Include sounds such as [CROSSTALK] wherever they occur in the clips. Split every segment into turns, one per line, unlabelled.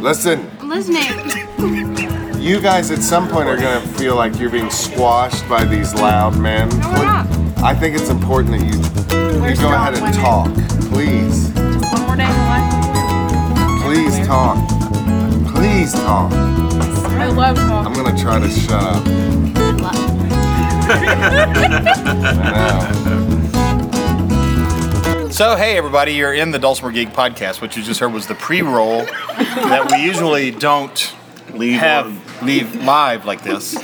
Listen,
I'm listening.
you guys at some point are gonna feel like you're being squashed by these loud men.
No, we're not.
I think it's important that you, you go ahead and talk. Please.
One more day in my life.
Please talk. Please talk.
I love talking.
I'm gonna try to
[LAUGHS]
shut up. I know.
So, hey, everybody, you're in the Dulcimer Geek podcast. What you just heard was the pre roll that we usually don't
Leave on.
have leave live like this.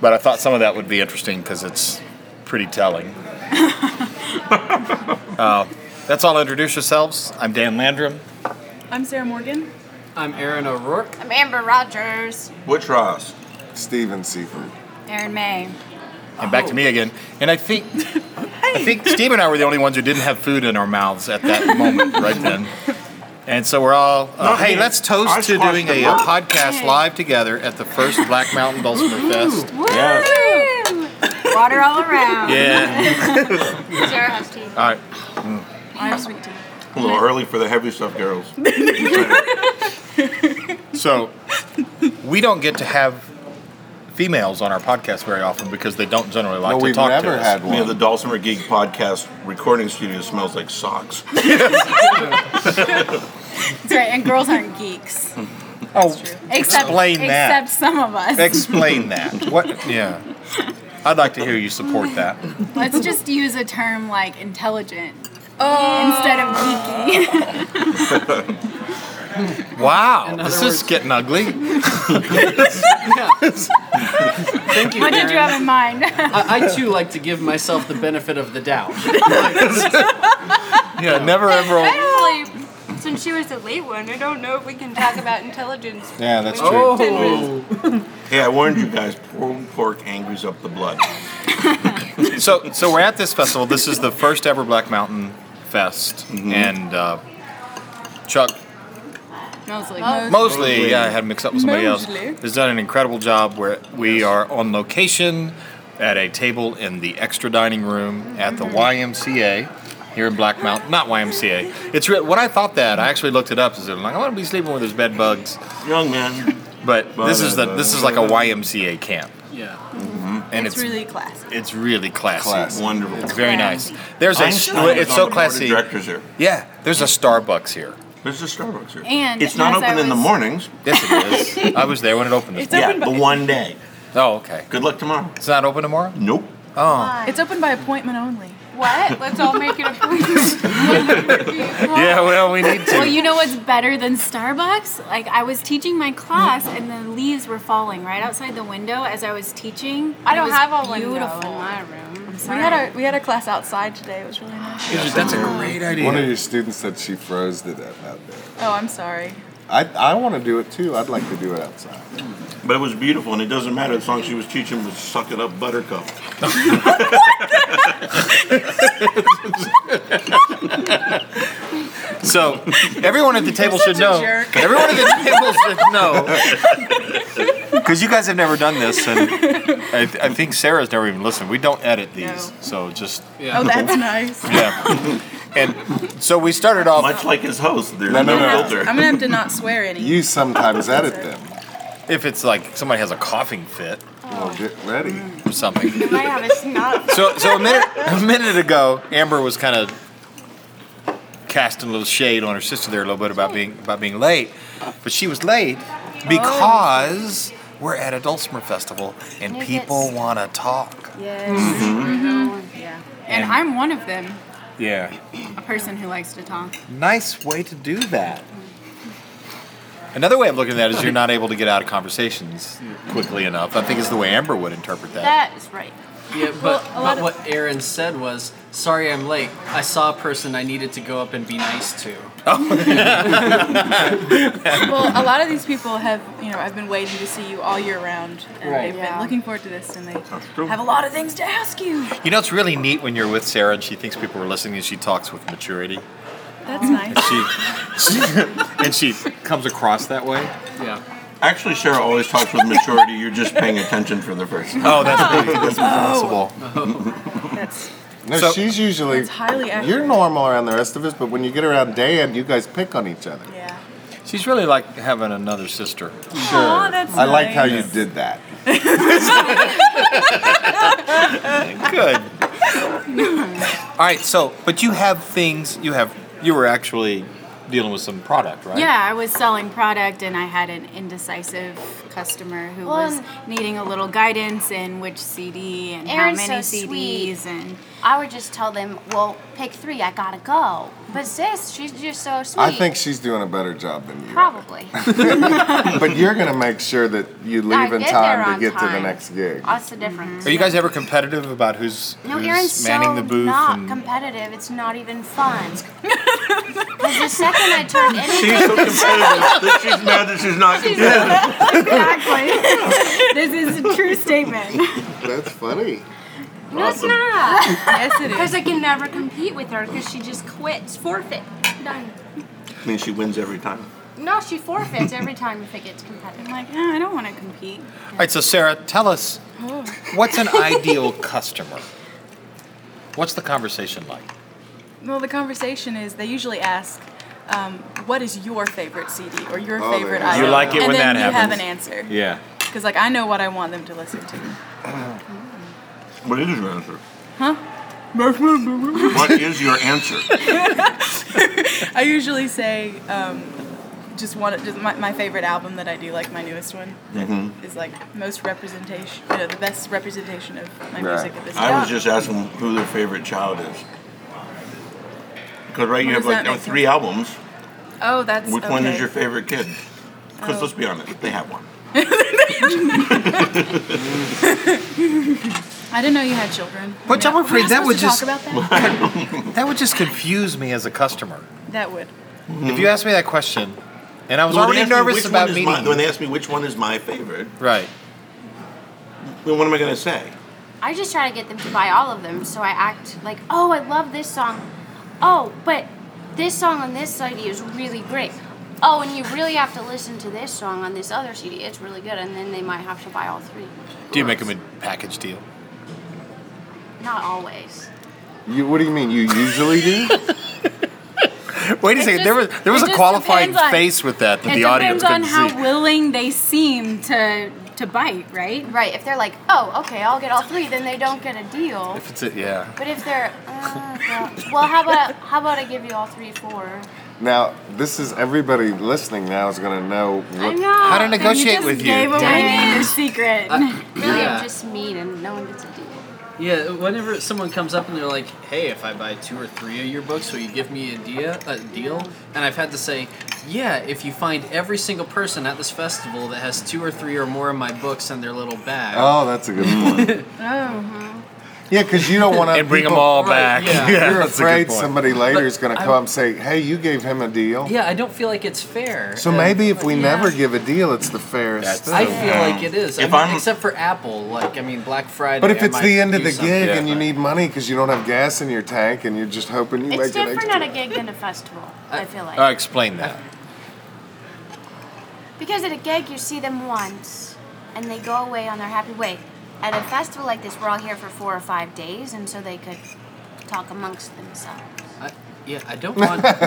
But I thought some of that would be interesting because it's pretty telling. uh, that's all. Introduce yourselves. I'm Dan Landrum.
I'm Sarah Morgan.
I'm Aaron O'Rourke.
I'm Amber Rogers.
Butch Ross.
Steven Seaford.
Aaron May.
And back to me again. And I think I think Steve and I were the only ones who didn't have food in our mouths at that moment, right then. And so we're all, uh,
Not
hey,
me.
let's toast
I
to
squashed
doing
the
a, uh,
bird.
podcast live together at the first Black Mountain Dulcimer Fest.
Woo! Water all around.
Yeah.
Sarah has tea.
All right.
I have sweet tea.
A little early for the heavy stuff,
[LAUGHS]
girls.
So we don't get to have females on our podcast very often because they don't generally like
Well,
to
we've
talk
never
to us.
had
yeah, the
one.
Dulcimer Geek podcast recording studio smells like socks.
That's right, and girls aren't geeks.
oh,
Except,
explain
Except
that.
some of us.
Explain that. What? Yeah. I'd like to hear you support that.
Let's just use a term like intelligent
Oh.
instead of geeky.
Wow,
In
this
other
is
words-
getting ugly.
Yeah. Thank you.
what did you
Aaron.
have in mind?
I, I too like to give myself the benefit of the
[LAUGHS]
doubt.
Yeah, never ever.
Actually, since she was the late one, I don't know if we can talk about intelligence.
Yeah, that's true.
Oh,
Hey, I warned you guys, pulled pork angers up the blood.
So, so we're at this festival. This is the first ever Black Mountain Fest,
Mm-hmm.
and uh, Chuck
Mosley.
Mosley, yeah, I had him mixed up with somebody
Mosley.
else, has done an incredible job where we are on location at a table in the extra dining room at the YMCA here in Black Mountain. Not YMCA. It's re- when I thought that I actually looked it up. Is I'm like I want to be sleeping where there's bed bugs,
Young man.
but this is the this is like a YMCA camp,
yeah.
and
It's really classic.
it's really classy.
Classy.
Wonderful.
It's very nice. There's a
Einstein was
it's
on
so
the board of
classy.
Directors here.
Yeah, there's a Starbucks here.
There's a Starbucks here.
And
it's not
as I
open in the
was-
mornings.
Yes, it is. I was there when it opened. This
It's open
the one day.
oh, okay.
Good luck tomorrow.
It's not open tomorrow.
Nope.
It's open by appointment only.
What? Let's all make it a
[LAUGHS]
point.
[LAUGHS] Yeah, well, we need to.
Well, you know what's better than Starbucks? Like I was teaching my class and the leaves were falling right outside the window as I was teaching.
I
It
don't
was
have a window
beautiful.
in my room.
We had a we had a class outside today. It was really nice.
That's a great idea.
One of your students said she froze to death out there.
Oh, I'm sorry.
I, I want to do it too. I'd like to do it outside.
But it was beautiful, and it doesn't matter. The song she was teaching was Suck It Up Buttercup.
So everyone at the table should
such a
know.
jerk.
Everyone at [LAUGHS] the table should know. Because you guys have never done this, and I, I think Sarah's never even listened. We don't edit these,
No.
so just
Oh,
[LAUGHS]
Yeah.
that's nice.
yeah. And so we started off.
Much like his host, there's
No,
no,
no, no.
filter.
gonna have to not swear any.
You sometimes edit them.
if it's like somebody has a coughing fit
Well, Oh, get ready.
Mm.
or something.
[LAUGHS] I might have a snot.
So so a minute a minute ago, Amber was kind of casting a little shade on her sister there a little bit about being about being late, but she was late because we're at a Dulcimer festival and people want to talk.
Yes.
yeah. And, I'm one of them,
Yeah.
a person who likes to talk.
Nice way to do that. Another way of looking at that is you're not able to get out of conversations quickly enough. I think is the way Amber would interpret that.
That is right.
Yeah, but,
Well, a lot
but
of-
what Aaron said was, sorry I'm late. I saw a person I needed to go up and be nice to.
Well, a lot of these people have, you know, I've been waiting to see you all year round, and
Right.
they've
Yeah.
been looking forward to this, and they
true.
have a lot of things to ask you.
You know, it's really neat when you're with Sarah and she thinks people are listening and she talks with maturity.
That's nice.
She, and she [LAUGHS] comes across that way.
Yeah.
Actually, Sarah always talks with maturity. You're just paying attention for the first time.
Oh, that's that's possible.
That's
No,
So-
she's usually.
that's highly accurate.
You're normal around the rest of us, but when you get around Dan, you guys pick on each other.
Yeah.
She's really like having another sister.
Aw, that's
I like how
nice.
you did that.
Good. All right, so but you have things you have you were actually dealing with some product, right?
Yeah, I was selling product and I had an indecisive customer who
Well,
was needing a little guidance in which CD and
Aaron's
how many
so
CDs
sweet.
and
I would just tell them, well, pick three. I gotta go. But sis, she's just so sweet.
I think she's doing a better job than you. [LAUGHS]
probably.
But you're gonna make sure that you
I
leave in
get there
time to
on
get to the
time.
next gig.
That's the difference.
Are you guys ever competitive about who's,
No,
who's
Aaron's
manning
so
the booth?
not
and-
competitive. It's not
[LAUGHS]
even fun. Because the second I took anything,
so competitive that she's mad that she's not competitive.
exactly. this is a true statement.
That's funny.
No, it's
[LAUGHS]
not.
Yes, it [LAUGHS] is.
Because I can never compete with her because she just quits, forfeit, done.
I mean, she wins every time.
No, she forfeits every time if it gets competitive.
I'm like, oh, I don't want to compete.
All right, so Sarah, tell us
Oh.
what's
[LAUGHS]
an ideal customer? What's the conversation like?
Well, the conversation is they usually ask, um, "What is your favorite CD or your
Oh, they
favorite
ask.
item?"
You like it
and
when
then
that
you have
happens.
an answer.
Yeah.
Because like I know what I want them to listen to.
What is your answer? Huh? what is your answer?
I usually say um, just one, just my, my favorite album that I do, like my newest one, that is like most representation, you know, the best representation of my music at this time.
I was just asking who their favorite child is. Because right, you
What
have
does
like
that
now
make
three albums.
Oh, that's
Which one is
okay.
your favorite kid? Because let's be honest, they have one.
I didn't know you had children.
Which
We're
I'm
not- we're
afraid
not
that
supposed
would
to
just-
talk about [LAUGHS] that.
That would just confuse me as a customer.
that would.
If you asked me that question, and I was
When they
already
ask me
nervous
which one
about
is
meeting
mine- When
you.
they ask me which one is my favorite,
Right.
then what am I going to say?
I just try to get them to buy all of them. So I act like, oh, I love this song. Oh, but this song on this CD is really great. Oh, and you really have to listen to this song on this other CD. It's really good, and then they might have to buy all three.
Do you make them a package deal?
Not always.
You, what do you mean? You usually do?
[LAUGHS]
[LAUGHS]
Wait a second. there was there was
it
a
just
qualifying
depends on-
face with that that
it
the audience
depends on
couldn't
how
see.
willing they seem to to bite, right?
Right? If they're like, oh, okay, I'll get all three, then they don't get a deal.
If it's a, yeah.
But if they're, uh, well- well, how about how about I give you all three, four?
now, this is everybody listening now is gonna know
I
what.
know.
How to
they
you
negotiate
just
with you.
gave away
Dang.
the secret.
Really,
Yeah.
are just mean, and no one gets a deal.
Yeah, whenever someone comes up and they're like, "Hey, if I buy two or three of your books, will you give me a deal?" A deal, and I've had to say, "Yeah, if you find every single person at this festival that has two or three or more of my books in their little bag."
Oh, that's a good point.
[LAUGHS]
[LAUGHS]
Oh,
yeah, because you don't want to
And bring them all
Right,
back. [LAUGHS]
[LAUGHS]
yeah.
You're
that's a good
afraid
point.
somebody later is gonna
I-
come and say, "Hey, you gave him a deal."
Yeah, I don't feel like it's fair.
So
And
maybe if we
Yeah.
never give a deal, it's the fairest
That's
thing.
I feel like it is. I
If
mean,
I'm-
except for Apple, like I mean, Black Friday.
But if
I
it's
might
the end of
do
the
something.
gig
Yeah.
and you need money because you don't have gas in your tank and you're just hoping you make
It's
an
different
extra.
at a gig than a festival. I feel like.
Uh, explain that.
Because at a gig, you see them once, and they go away on their happy way. At a festival like this, we're all here for four or five days, and so they could talk amongst themselves.
I, yeah, I don't want.
[LAUGHS]
to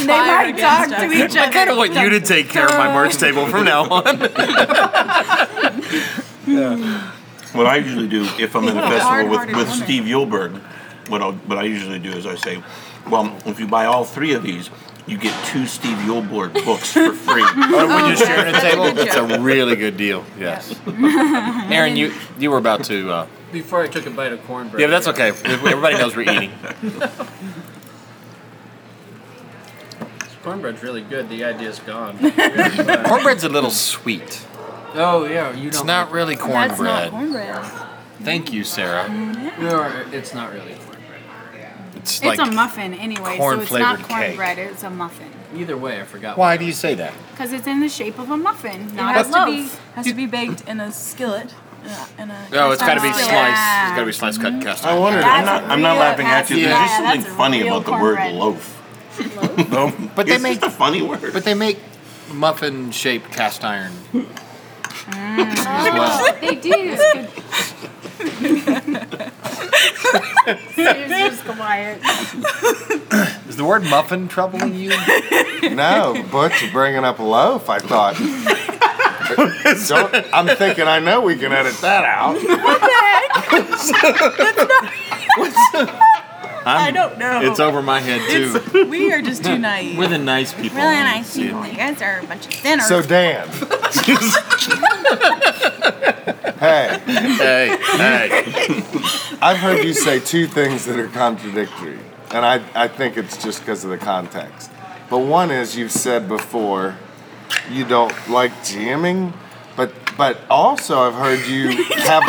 they might talk to each
[LAUGHS]
other.
I kind of want you to take care of my merch table from now on.
What I usually do if I'm at a festival with,
hard-hearted
with
woman.
Steve Yulberg, what, I'll, what I usually do is I say, well, if you buy all three of these, you get two Steve Yulberg books for free.
when
[LAUGHS]
you're sharing a table,
good
it's a really good deal. Yes. Aaron, you you were about to. Uh,
be- Before I took a bite of cornbread.
yeah, that's okay. Everybody knows we're eating.
Cornbread's really good. The idea's gone. [LAUGHS]
Cornbread's a little sweet.
oh yeah, you don't.
It's not really
that's not
cornbread.
cornbread.
Thank you, Sarah.
No, it's not really cornbread.
It's
It's
like.
a muffin anyway, so it's
corn-flavored
not
cake.
cornbread. It's a muffin
Either way, I forgot.
Why do you say that?
because it's in the shape of a muffin,
It
not
has
a
to
loaf.
be has to be baked in a skillet. uh, in a
No, Oh, it's got to be
cast iron
sliced.
skillet.
It's got to be sliced, cut, cast.
I wondered.
I'm not, I'm not
real-
laughing at you. There's
that's-
yeah,
just something
that's
funny
real
about the word
cornbread.
loaf. No, [LAUGHS]
But they
it's
make-
just a funny word.
But they make muffin-shaped cast iron.
[LAUGHS]
Oh, they do.
Steve's just quiet.
Is the word muffin troubling [LAUGHS] you?
No, Butch bringing up loaf. I
[LAUGHS]
thought. Don't, I'm thinking. I know we can edit that out.
[LAUGHS]
[LAUGHS] I don't know.
It's over my head too. [LAUGHS]
we are just too naive.
We're the nice people.
[LAUGHS] really nice people. You guys are a bunch of sinners.
So
[LAUGHS]
Dan. hey,
hey, hey.
I've heard you say two things that are contradictory, and I, I think it's just because of the context. But one is you've said before you don't like jamming, but but also I've heard you have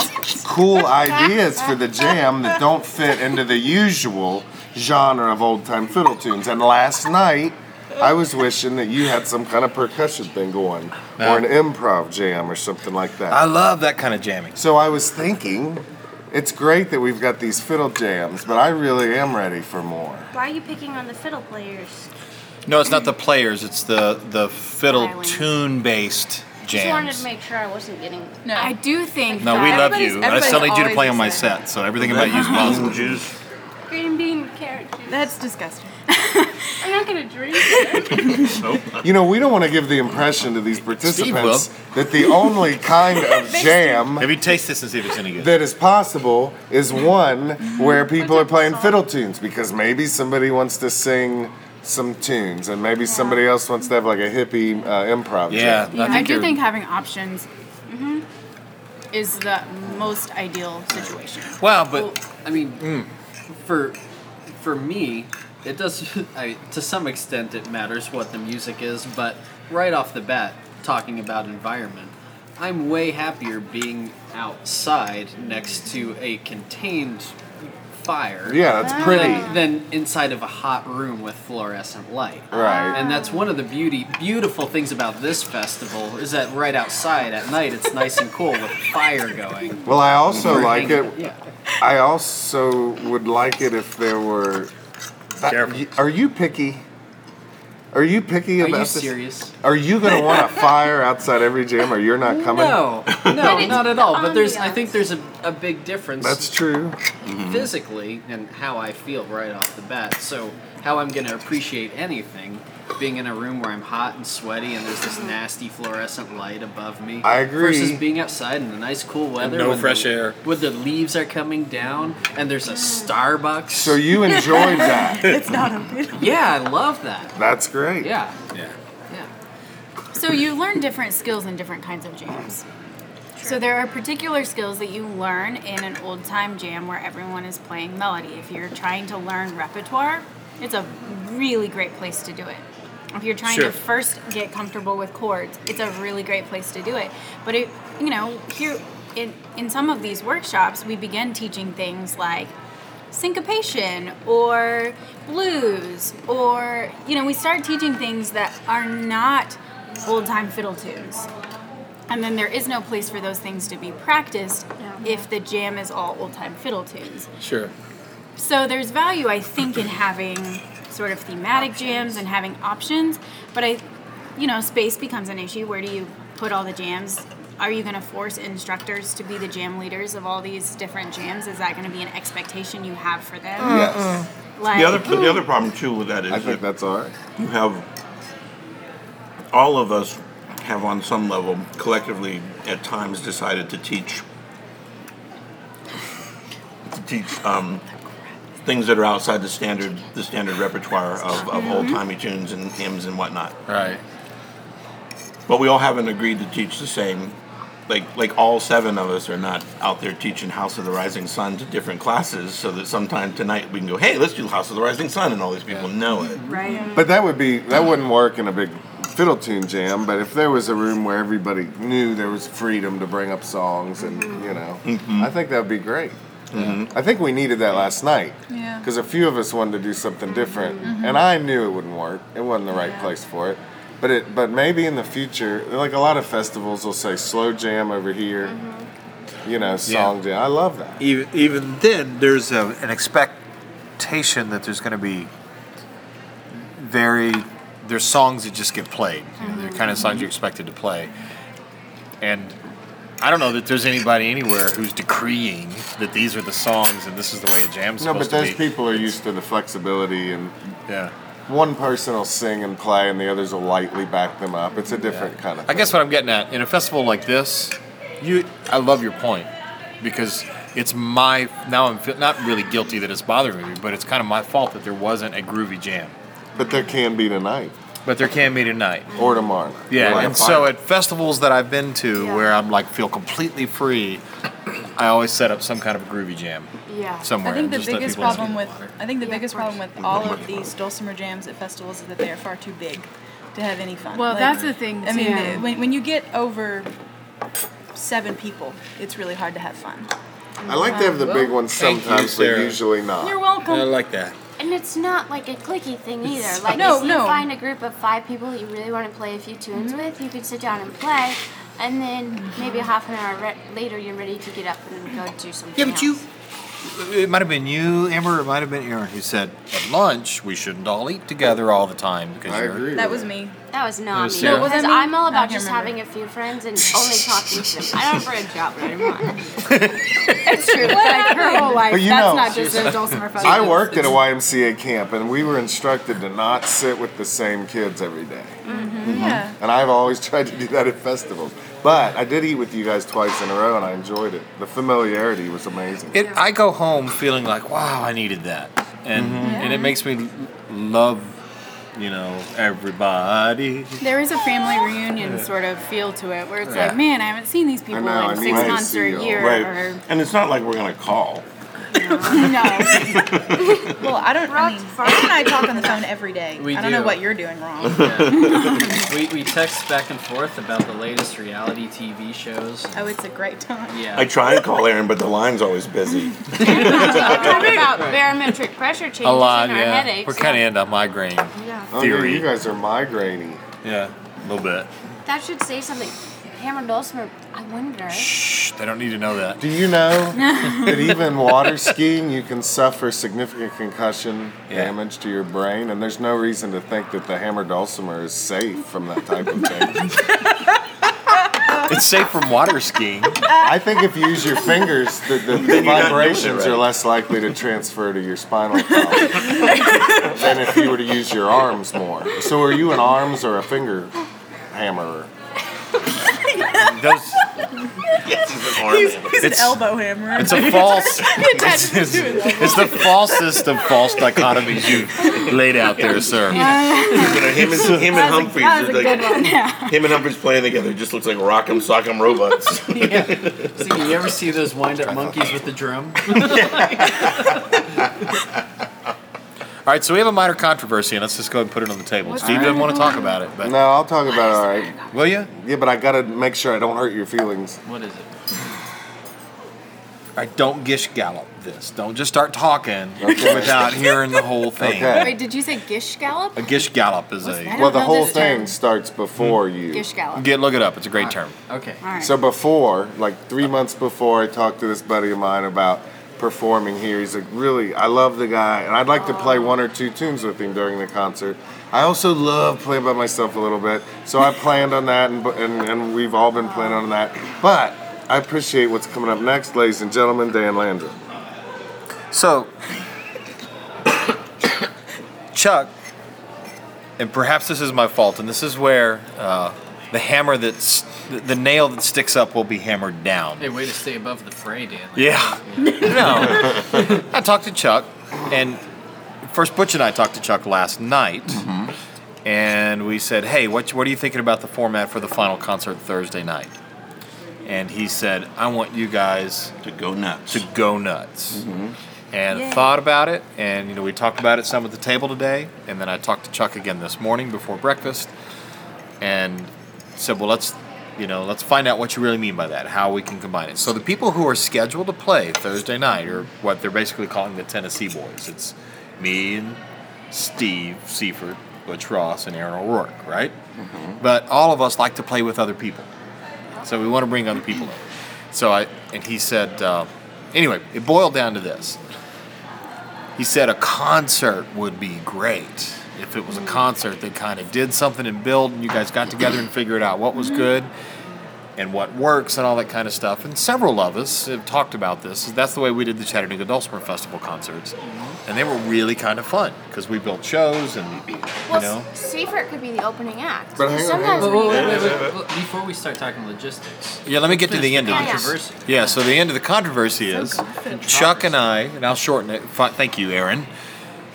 cool ideas for the jam that don't fit into the usual genre of old time fiddle tunes. And last night I was wishing that you had some kind of percussion thing going, or an improv jam, or something like that.
I love that kind of jamming.
So I was thinking, it's great that we've got these fiddle jams, but I really am ready for more.
Why are you picking on the fiddle players?
No, it's not the players. It's the the fiddle
Violin.
tune based
Just wanted to
jams.
make sure I wasn't getting.
no.
I do think
No, we
that-
love
Everybody's-
you. I still need you to
everybody's
play on my
always saying
set, so everything about you is possible.
juice.
Green bean carrot juice.
That's disgusting.
I'm not gonna
[LAUGHS]
drink it.
You know, we don't want to give the impression to these participants
Steve
that the only kind of jam
Have you taste this and see if it's any good?
that is possible is one where people are playing fiddle tunes because maybe somebody wants to sing some tunes and maybe somebody else wants to have like a hippie uh, improv
Yeah,
jam.
Yeah, I do
you're-
think having options is the most ideal situation.
Well,
Well,
but
I mean,
Mm.
for for me, it does. [LAUGHS] I, to some extent, it matters what the music is, but right off the bat, talking about environment, I'm way happier being outside next to a contained fire.
Yeah, that's pretty.
Than, than inside of a hot room with fluorescent light.
Right.
And that's one of the beauty, beautiful things about this festival is that right outside at night it's nice and cool with fire going.
Well, I also like it
Yeah.
I also would like it if there were. That-
Careful.
Are you picky? Are you picky
Are
about
you
this?
serious?
Are you gonna want
[LAUGHS]
a fire outside every gym, or you're not coming? [LAUGHS]
No, no, not at all. But there's, I
ambiance.
think there's a, a big difference
That's true.
physically and how I feel right off the bat. So how I'm gonna appreciate anything, being in a room where I'm hot and sweaty and there's this nasty fluorescent light above me.
I agree.
Versus being outside in the nice cool weather.
no
when
fresh
the,
air.
When the leaves are coming down and there's a Starbucks.
So you enjoyed
[LAUGHS]
that.
It's not open.
yeah, I love that.
That's great. [LAUGHS]
Yeah.
yeah.
Yeah.
So you learn different skills in different kinds of jams. So there are particular skills that you learn in an old time jam where everyone is playing melody. If you're trying to learn repertoire, it's a really great place to do it. If you're trying to
Sure.
first get comfortable with chords, it's a really great place to do it. But it, you know, here in in some of these workshops, we begin teaching things like syncopation or blues or you know we start teaching things that are not old time fiddle tunes and then there is no place for those things to be practiced if the jam is all old time fiddle tunes
Sure.
so there's value i think in having sort of thematic jams and having options but i you know space becomes an issue where do you put all the jams are you going to force instructors to be the jam leaders of all these different jams is that going to be an expectation you have for them
Yes.
like
The other, the other problem too with that is
I think
that
that's all right.
you have all of us have on some level collectively at times decided to teach to teach um, things that are outside the standard the standard repertoire of, of old timey tunes and hymns and whatnot.
Right.
But we all haven't agreed to teach the same. Like like all seven of us are not out there teaching House of the Rising Sun to different classes, so that sometime tonight we can go, hey, let's do House of the Rising Sun, and all these people know it.
right
But that would be that wouldn't work in a big fiddle tune jam. But if there was a room where everybody knew there was freedom to bring up songs, and you know,
Mm-hmm.
I think that would be great. I think we needed that last night.
Yeah.
Because a few of us wanted to do something different, and I knew it wouldn't work. It wasn't the right place for it. But it, but maybe in the future, like a lot of festivals will say slow jam over here, you know, song jam. I love that.
even even then, there's a, an expectation that there's going to be very there's
Mm-hmm.
songs that just get played. You know, they're kind of songs you're expected to play, and I don't know that there's anybody anywhere who's decreeing that these are the songs and this is the way a jam's
No, but
supposed to
those
be.
people are used to the flexibility, and
yeah.
one person will sing and play, and the others will lightly back them up. It's a different kind of.
I guess what I'm getting at in a festival like this, you, I love your point because it's my now I'm fe- not really guilty that it's bothering me, but it's kind of my fault that there wasn't a groovy jam.
But there can be tonight
But there can be tonight.
or tomorrow.
Yeah,
Like a
and so
fire.
at festivals that I've been to
Yeah.
where I'm like feel completely free, I always set up some kind of a groovy jam
Yeah.
somewhere.
I think
and
the
just let
biggest
people-
problem with I think the
Yeah, of
biggest
course.
problem with all of these dulcimer jams at festivals is that they are far too big to have any fun.
Well,
Like,
that's the thing,
I mean,
too.
when, when you get over seven people, it's really hard to have fun.
I like to have the big ones
thank you,
sometimes, but
Sarah.
usually not.
You're welcome.
I like that.
And it's not like a clicky thing either. Like
No,
if you
no.
find a group of five people you really want to play a few tunes with, you can sit down and play, and then maybe half an hour re- later you're ready to get up and go do something.
Yeah, but you.
else.
It might have been you, Amber. or It might have been Aaron who said at lunch we shouldn't all eat together all the time because
I
you're.
agree.
That
with
was me.
That was not
was
me.
Sarah. No,
was that
because
me?
I'm all
No, I
about
can't
just
remember.
having a few friends and only talking to them. I don't for a job
[LAUGHS]
anymore.
It's true. like her whole life.
But you
that's
know-
not just a dulcimer festival.
I worked at a YMCA camp, and we were instructed to not sit with the same kids every day.
Mm-hmm.
Mm-hmm.
Yeah.
And I've always [LAUGHS] tried to do that at festivals. But I did eat with you guys twice in a row, and I enjoyed it. The familiarity was amazing.
It, I go home feeling like, wow, I needed that, and and it makes me l- love, you know, everybody.
There is a family reunion sort of feel to it where it's
Yeah.
like, man, I haven't seen these people
know, I
in
need
six
to
months
see
or
y'all.
a year.
Right.
[LAUGHS]
Or,
And it's not like we're going to call.
no.
[LAUGHS] Well, I don't. I mean,
Rock's
Aaron and I talk on the phone every day.
We
I don't know
do.
what you're doing
[LAUGHS]
wrong.
we, we text back and forth about the latest reality TV shows.
oh, it's a great time.
Yeah.
I try and call Aaron, but the line's always busy.
talk about barometric pressure changes
A lot,
and our
yeah.
headaches.
We're kind of into migraine.
Oh, yeah,
Theory.
you guys are migrainy.
Yeah, a little bit.
That should say something. Hammer Dulcimer, I wonder.
Shh, they don't need to know that.
Do you know that even water skiing, you can suffer significant concussion
Yeah.
damage to your brain, and there's no reason to think that the hammer dulcimer is safe from that type of thing.
It's safe from water skiing.
I think if you use your fingers, the, the, the
you're not doing it
vibrations are
right.
less likely to transfer to your spinal column than if you were to use your arms more. So, are you an arms or a finger hammerer?
Those,
yes, he's an arm man.
[LAUGHS] He's
It's-
an elbow hammer.
It's
[LAUGHS]
a [LAUGHS]
[LAUGHS]
false. it's, it's- it's the falsest of false dichotomies you laid out there, sir.
You know, him and, him and Humphreys,
that was
are
a good
like,
one.
him and Humphreys playing together just looks like Rock'em Sock'em Robots.
See, you ever see those wind up monkeys with the drum?
All right, so we have a minor controversy, and let's just go ahead and put it on the table. Steve doesn't want to talk about it, but
No, I'll talk about it all right.
will you?
Yeah, but I gotta make sure I don't hurt your feelings.
What is it?
All right, don't gish gallop this. Don't just start talking
Okay.
without hearing the whole thing.
Okay.
Wait, did you say Gish Gallop?
A gish gallop is a
that?
Well,
don't
the
know
whole
this
thing
term.
starts before
Hmm.
you.
Gish Gallop.
get look it up. It's a great term.
Okay.
All right.
So before, like three months before, I talked to this buddy of mine about performing here. He's like, really, I love the guy, and I'd like to play one or two tunes with him during the concert. I also love playing by myself a little bit, so I planned on that, and, and, and we've all been planning on that. But I appreciate what's coming up next, ladies and gentlemen, Dan Landry.
So, Chuck, and perhaps this is my fault, and this is where uh, the hammer that's the, the nail that sticks up will be hammered down.
Hey, way to stay above the fray, Dan.
Yeah. no. [LAUGHS] I talked to Chuck, and first Butch and I talked to Chuck last night, and we said, "Hey, what what are you thinking about the format for the final concert Thursday night?" And he said, "I want you guys."
[LAUGHS] to go nuts.
to go nuts. And thought about it, and you know, we talked about it some at the table today, and then I talked to Chuck again this morning before breakfast, and said, "Well, let's, you know, let's find out what you really mean by that, how we can combine it." So the people who are scheduled to play Thursday night are what they're basically calling the Tennessee Boys. It's me and Steve Seifert, Butch Ross, and Aaron O'Rourke, right? But all of us like to play with other people. So we want to bring other people in. So I, and he said, uh, anyway, it boiled down to this. He said a concert would be great if it was a concert that kind of did something and build, and you guys got together and figured out what was good. and what works and all that kind of stuff. And several of us have talked about this. That's the way we did the Chattanooga Dulcimer Festival concerts, and they were really kind of fun because we built shows and you
Well,
know.
Seifert could be the opening act.
But hang on,
Sometimes
hang
Wait,
on.
when
wait, wait,
you-
Oh, wait, wait, wait, Before we start talking logistics,
Yeah, let me get to the end of
Yeah,
this.
controversy.
Yeah, so the end of the controversy is Chuck and I, and I'll shorten it. Fi- thank you, Aaron.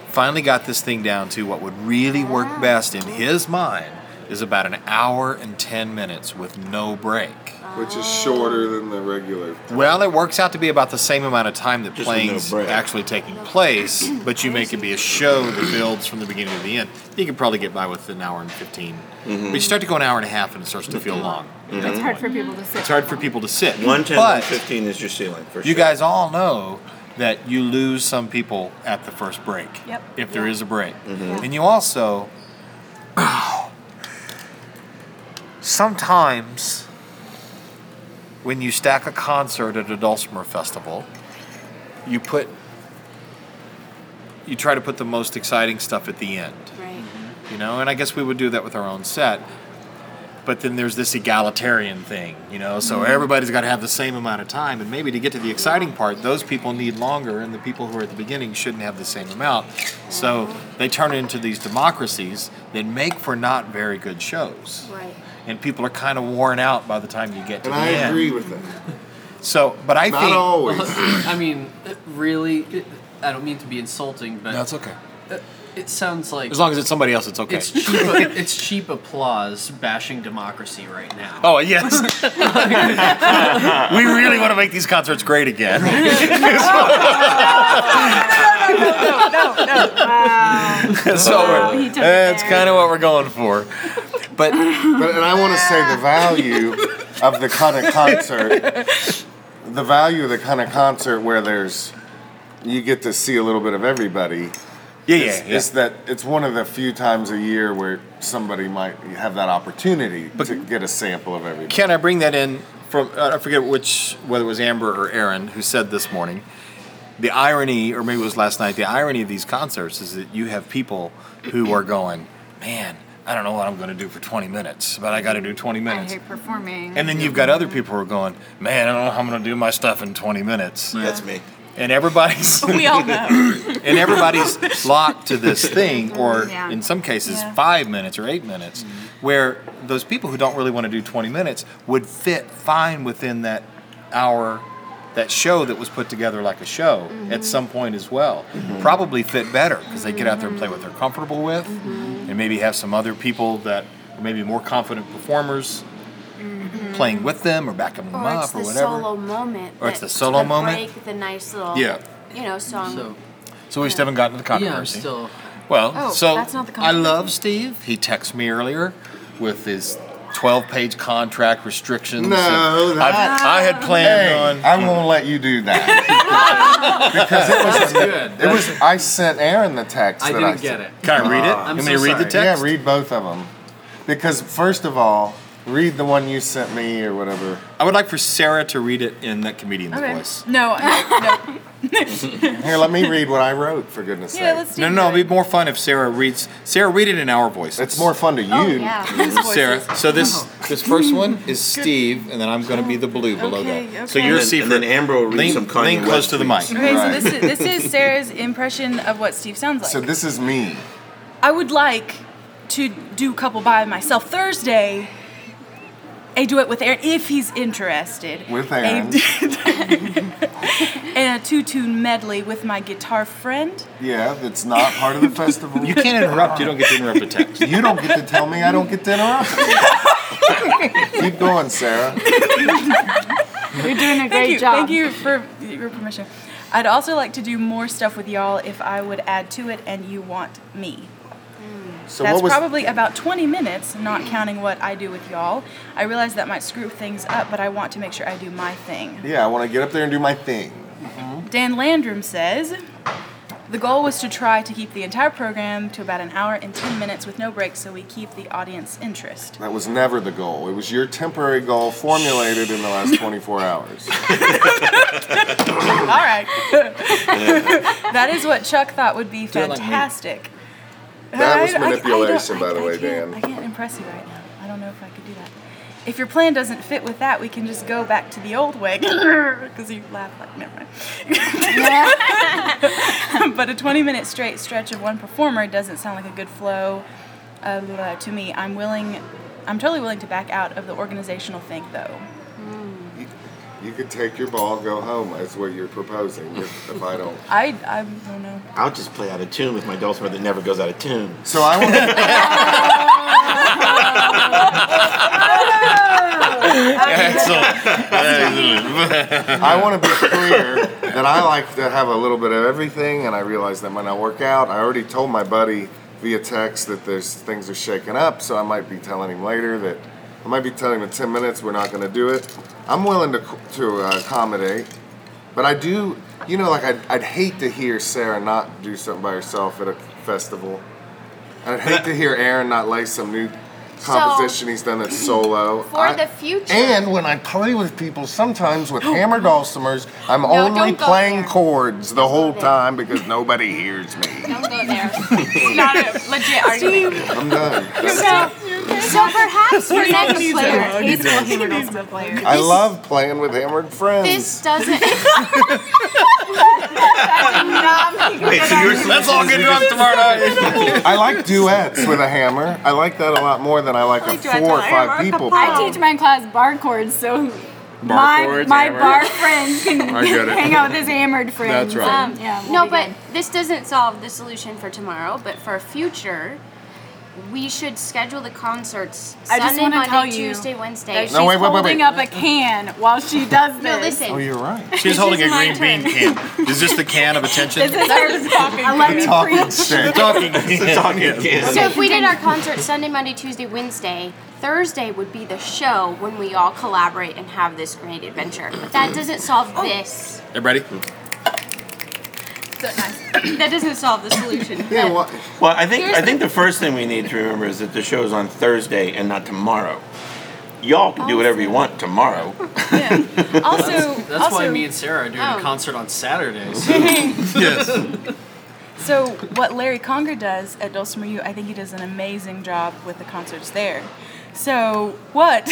Finally got this thing down to what would really work best in his mind is about an hour and 10 minutes with no break.
which is shorter than the regular.
Well, it works out to be about the same amount of time that
Just with no
playing's
break.
actually taking place, but you make it be a show that builds from the beginning to the end. You could probably get by with an hour and 15.
Mm-hmm.
But you start to go an hour and a half and it starts to feel long.
It's hard for people to sit.
It's hard for people to sit.
110,
But-
115 is your ceiling for sure.
You guys all know that you lose some people at the first break.
Yep.
If there is a break.
Mm-hmm.
And you also [CLEARS THROAT] sometimes when you stack a concert at a Dulcimer festival, you put you try to put the most exciting stuff at the end
Right.
you know and i guess we would do that with our own set but then there's this egalitarian thing you know so everybody's got to have the same amount of time and maybe to get to the exciting part those people need longer and the people who are at the beginning shouldn't have the same amount so they turn into these democracies that make for not very good shows
Right.
and people are kind of worn out by the time you get to
And
the
I
end
agree with that.
so but i
Not
think
always.
I mean, it really, it- I don't mean to be insulting, but
that's okay
it sounds like
as long as it's somebody else it's okay
it's cheap. [LAUGHS] it's cheap applause bashing democracy right now.
Oh yes, we really want to make these concerts great again.
No, no.
so we're-
he took it
that's
there.
kind of what we're going for. But
But and I want to say
[LAUGHS]
the value of the kind of concert, the value of the kind of concert where there's, you get to see a little bit of everybody.
yeah,
It's,
yeah, yeah.
it's that it's one of the few times a year where somebody might have that opportunity to get a sample of everybody.
Can I bring that in from? Uh, I forget which whether it was Amber or Aaron who said this morning. The irony, or maybe it was last night. The irony of these concerts is that you have people who are going, man, I don't know what I'm going to do for 20 minutes, but I got to do 20
I
minutes.
hate performing.
And then you've got other people who are going, man, I don't know how I'm going to do my stuff in 20 minutes.
That's me.
And everybody's
[LAUGHS] We all know.
[LAUGHS] and everybody's locked to
[LAUGHS]
this thing, or
Yeah.
in some cases,
Yeah.
five minutes or eight minutes, where those people who don't really want to do 20 minutes would fit fine within that hour, that show that was put together like a show
Mm-hmm.
at some point as well. Probably fit better because they get out there and
Mm-hmm.
play what they're comfortable with, and maybe have some other people that are maybe more confident performers. Playing with them or backing them
Mm-hmm. Or
up
it's
or
the
whatever.
solo moment.
Or it's the
that-
solo
the
moment?
Break, the nice little.
Yeah.
You know,
Oh,
song.
So
So we still haven't gotten to the
yeah, I'm
controversy. [LAUGHS]
still.
Well,
Oh,
so
that's not the
I
contract.
love Steve. He texted me earlier with his 12-page contract restrictions.
No,
and
that-
I, I had
Hey,
planned on.
I won't let you do
[LAUGHS]
that.
That's good.
It was I sent Aaron the text.
I
that
didn't
I
get
sent.
it.
Can I read it?
I'm
you
so
mean read the
sorry.
text?
Yeah, read both of them, because first of all, read the one you sent me or whatever.
I would like for Sarah to read it in that comedian's
Okay.
voice.
No, no.
Here, let me read what I wrote. For goodness'
Yeah,
sake,
let's do
No, no,
that.
it'd be more fun if Sarah reads. Sarah, read it in our voice.
it's more fun to you.
Oh, yeah.
Sarah. So this this first one is Steve, and then I'm going to be the blue below
Okay,
that.
okay.
So you're
And then-
Steve.
and then Amber will read
lean,
some Kanye
lean close
West
to the
tweets.
mic.
Okay,
Right.
so this is this is Sarah's impression of what Steve sounds like.
So this is me.
I would like to do couple by myself Thursday. A duet with Aaron if he's interested.
With
A-
Aaron.
and a two-tune medley with my guitar friend.
Yeah, that's not part of
[LAUGHS]
the festival.
You can't interrupt. You don't get to interrupt the text.
[LAUGHS] You don't get to tell me I don't get to interrupt.
[LAUGHS]
Keep going, Sarah.
You're doing a
Thank
great
you.
job.
Thank you for your permission. I'd also like to do more stuff with y'all if I would add to it and you want me.
So
That's
what was
probably about 20 minutes, not counting what I do with y'all. I realize that might screw things up, but I want to make sure I do my thing.
Yeah, I want to get up there and do my thing.
Dan Landrum says the goal was to try to keep the entire program to about an hour and 10 minutes with no breaks so we keep the audience interest.
That was never the goal. It was your temporary goal formulated in the last 24 hours.
All
[LAUGHS]
right. [LAUGHS] that is what Chuck thought would be
it like me.
fantastic.
That was
I- I- I don't-
manipulation, by
I-
the
I
way,
can't-
Dan.
I can't impress you right now. I don't know if I could do that. if your plan doesn't fit with that, we can just go back to the old way. [LAUGHS] Because you laugh like, never mind. [LAUGHS] but a 20 minute straight stretch of one performer doesn't sound like a good flow uh, blah, to me. I'm willing, I'm totally willing to back out of the organizational thing though.
You could take your ball, go home. That's what you're proposing. If, if I don't,
I, I don't know.
I'll just play out of tune with my dulcimer that never goes out of tune.
so I want. to I want to be clear that I like to have a little bit of everything, and I realize that might not work out. I already told my buddy via text that there's things are shaking up, so I might be telling him later that I might be telling him in ten minutes we're not going to do it. I'm willing to co- to uh, accommodate, but I do, you know, like I'd, I'd hate to hear Sarah not do something by herself at a festival. And I'd hate to hear Aaron not lay some new composition he's done that's solo.
For the future.
And when I play with people, sometimes
[GASPS]
with hammer dulcimers, I'm only
don't go
playing
there.
chords the whole time because nobody hears
[LAUGHS]
me.
Don't go there.
It's not a legit argument.
I'm done.
so, so perhaps for next year,
He's a hammer player.
I love playing with hammered
this
friends.
doesn't.
Wait, so you're
Let's all get
[LAUGHS]
drunk tomorrow night.
I like duets with a hammer. I like that a lot more than I like a
like duets
four or
with a hammer.
five people.
I
play.
teach my class bar chords, so
Bar
my
chords,
my
hammer.
bar friends
[LAUGHS]
can
I get it.
hang out with his hammered
That's
friends.
right.
Um, yeah,
No, but this doesn't solve the solution for tomorrow, but for future, we should schedule the concerts
I just
Sunday,
wanna
Monday,
tell you
Tuesday, Wednesday.
she's
No, wait, wait, wait,
holding
wait.
up a can while she does this.
No, listen.
Oh, you're right.
She's holding a
is my
green bean can. Is this the can of
[LAUGHS]
attention?
This is her [LAUGHS] I let me
Talking
preach.
shit.
talking.
talking again.
So if we did our concert Sunday, Monday, Tuesday, Wednesday, Thursday would be the show when we all collaborate and have this great adventure. But that doesn't solve
Oh.
this.
Everybody?
That doesn't solve
[LAUGHS]
the solution.
Yeah, well,
Well, I think
Here's
I think the first thing we need to remember is that the show is on Thursday and not tomorrow. Y'all can do whatever you want tomorrow.
Also,
[LAUGHS] That's
also,
why me and Sarah are doing
Oh.
a concert on Saturday. So
Yes.
So what Larry Conger does at Dulcimer U, I think he does an amazing job with the concerts there. So what?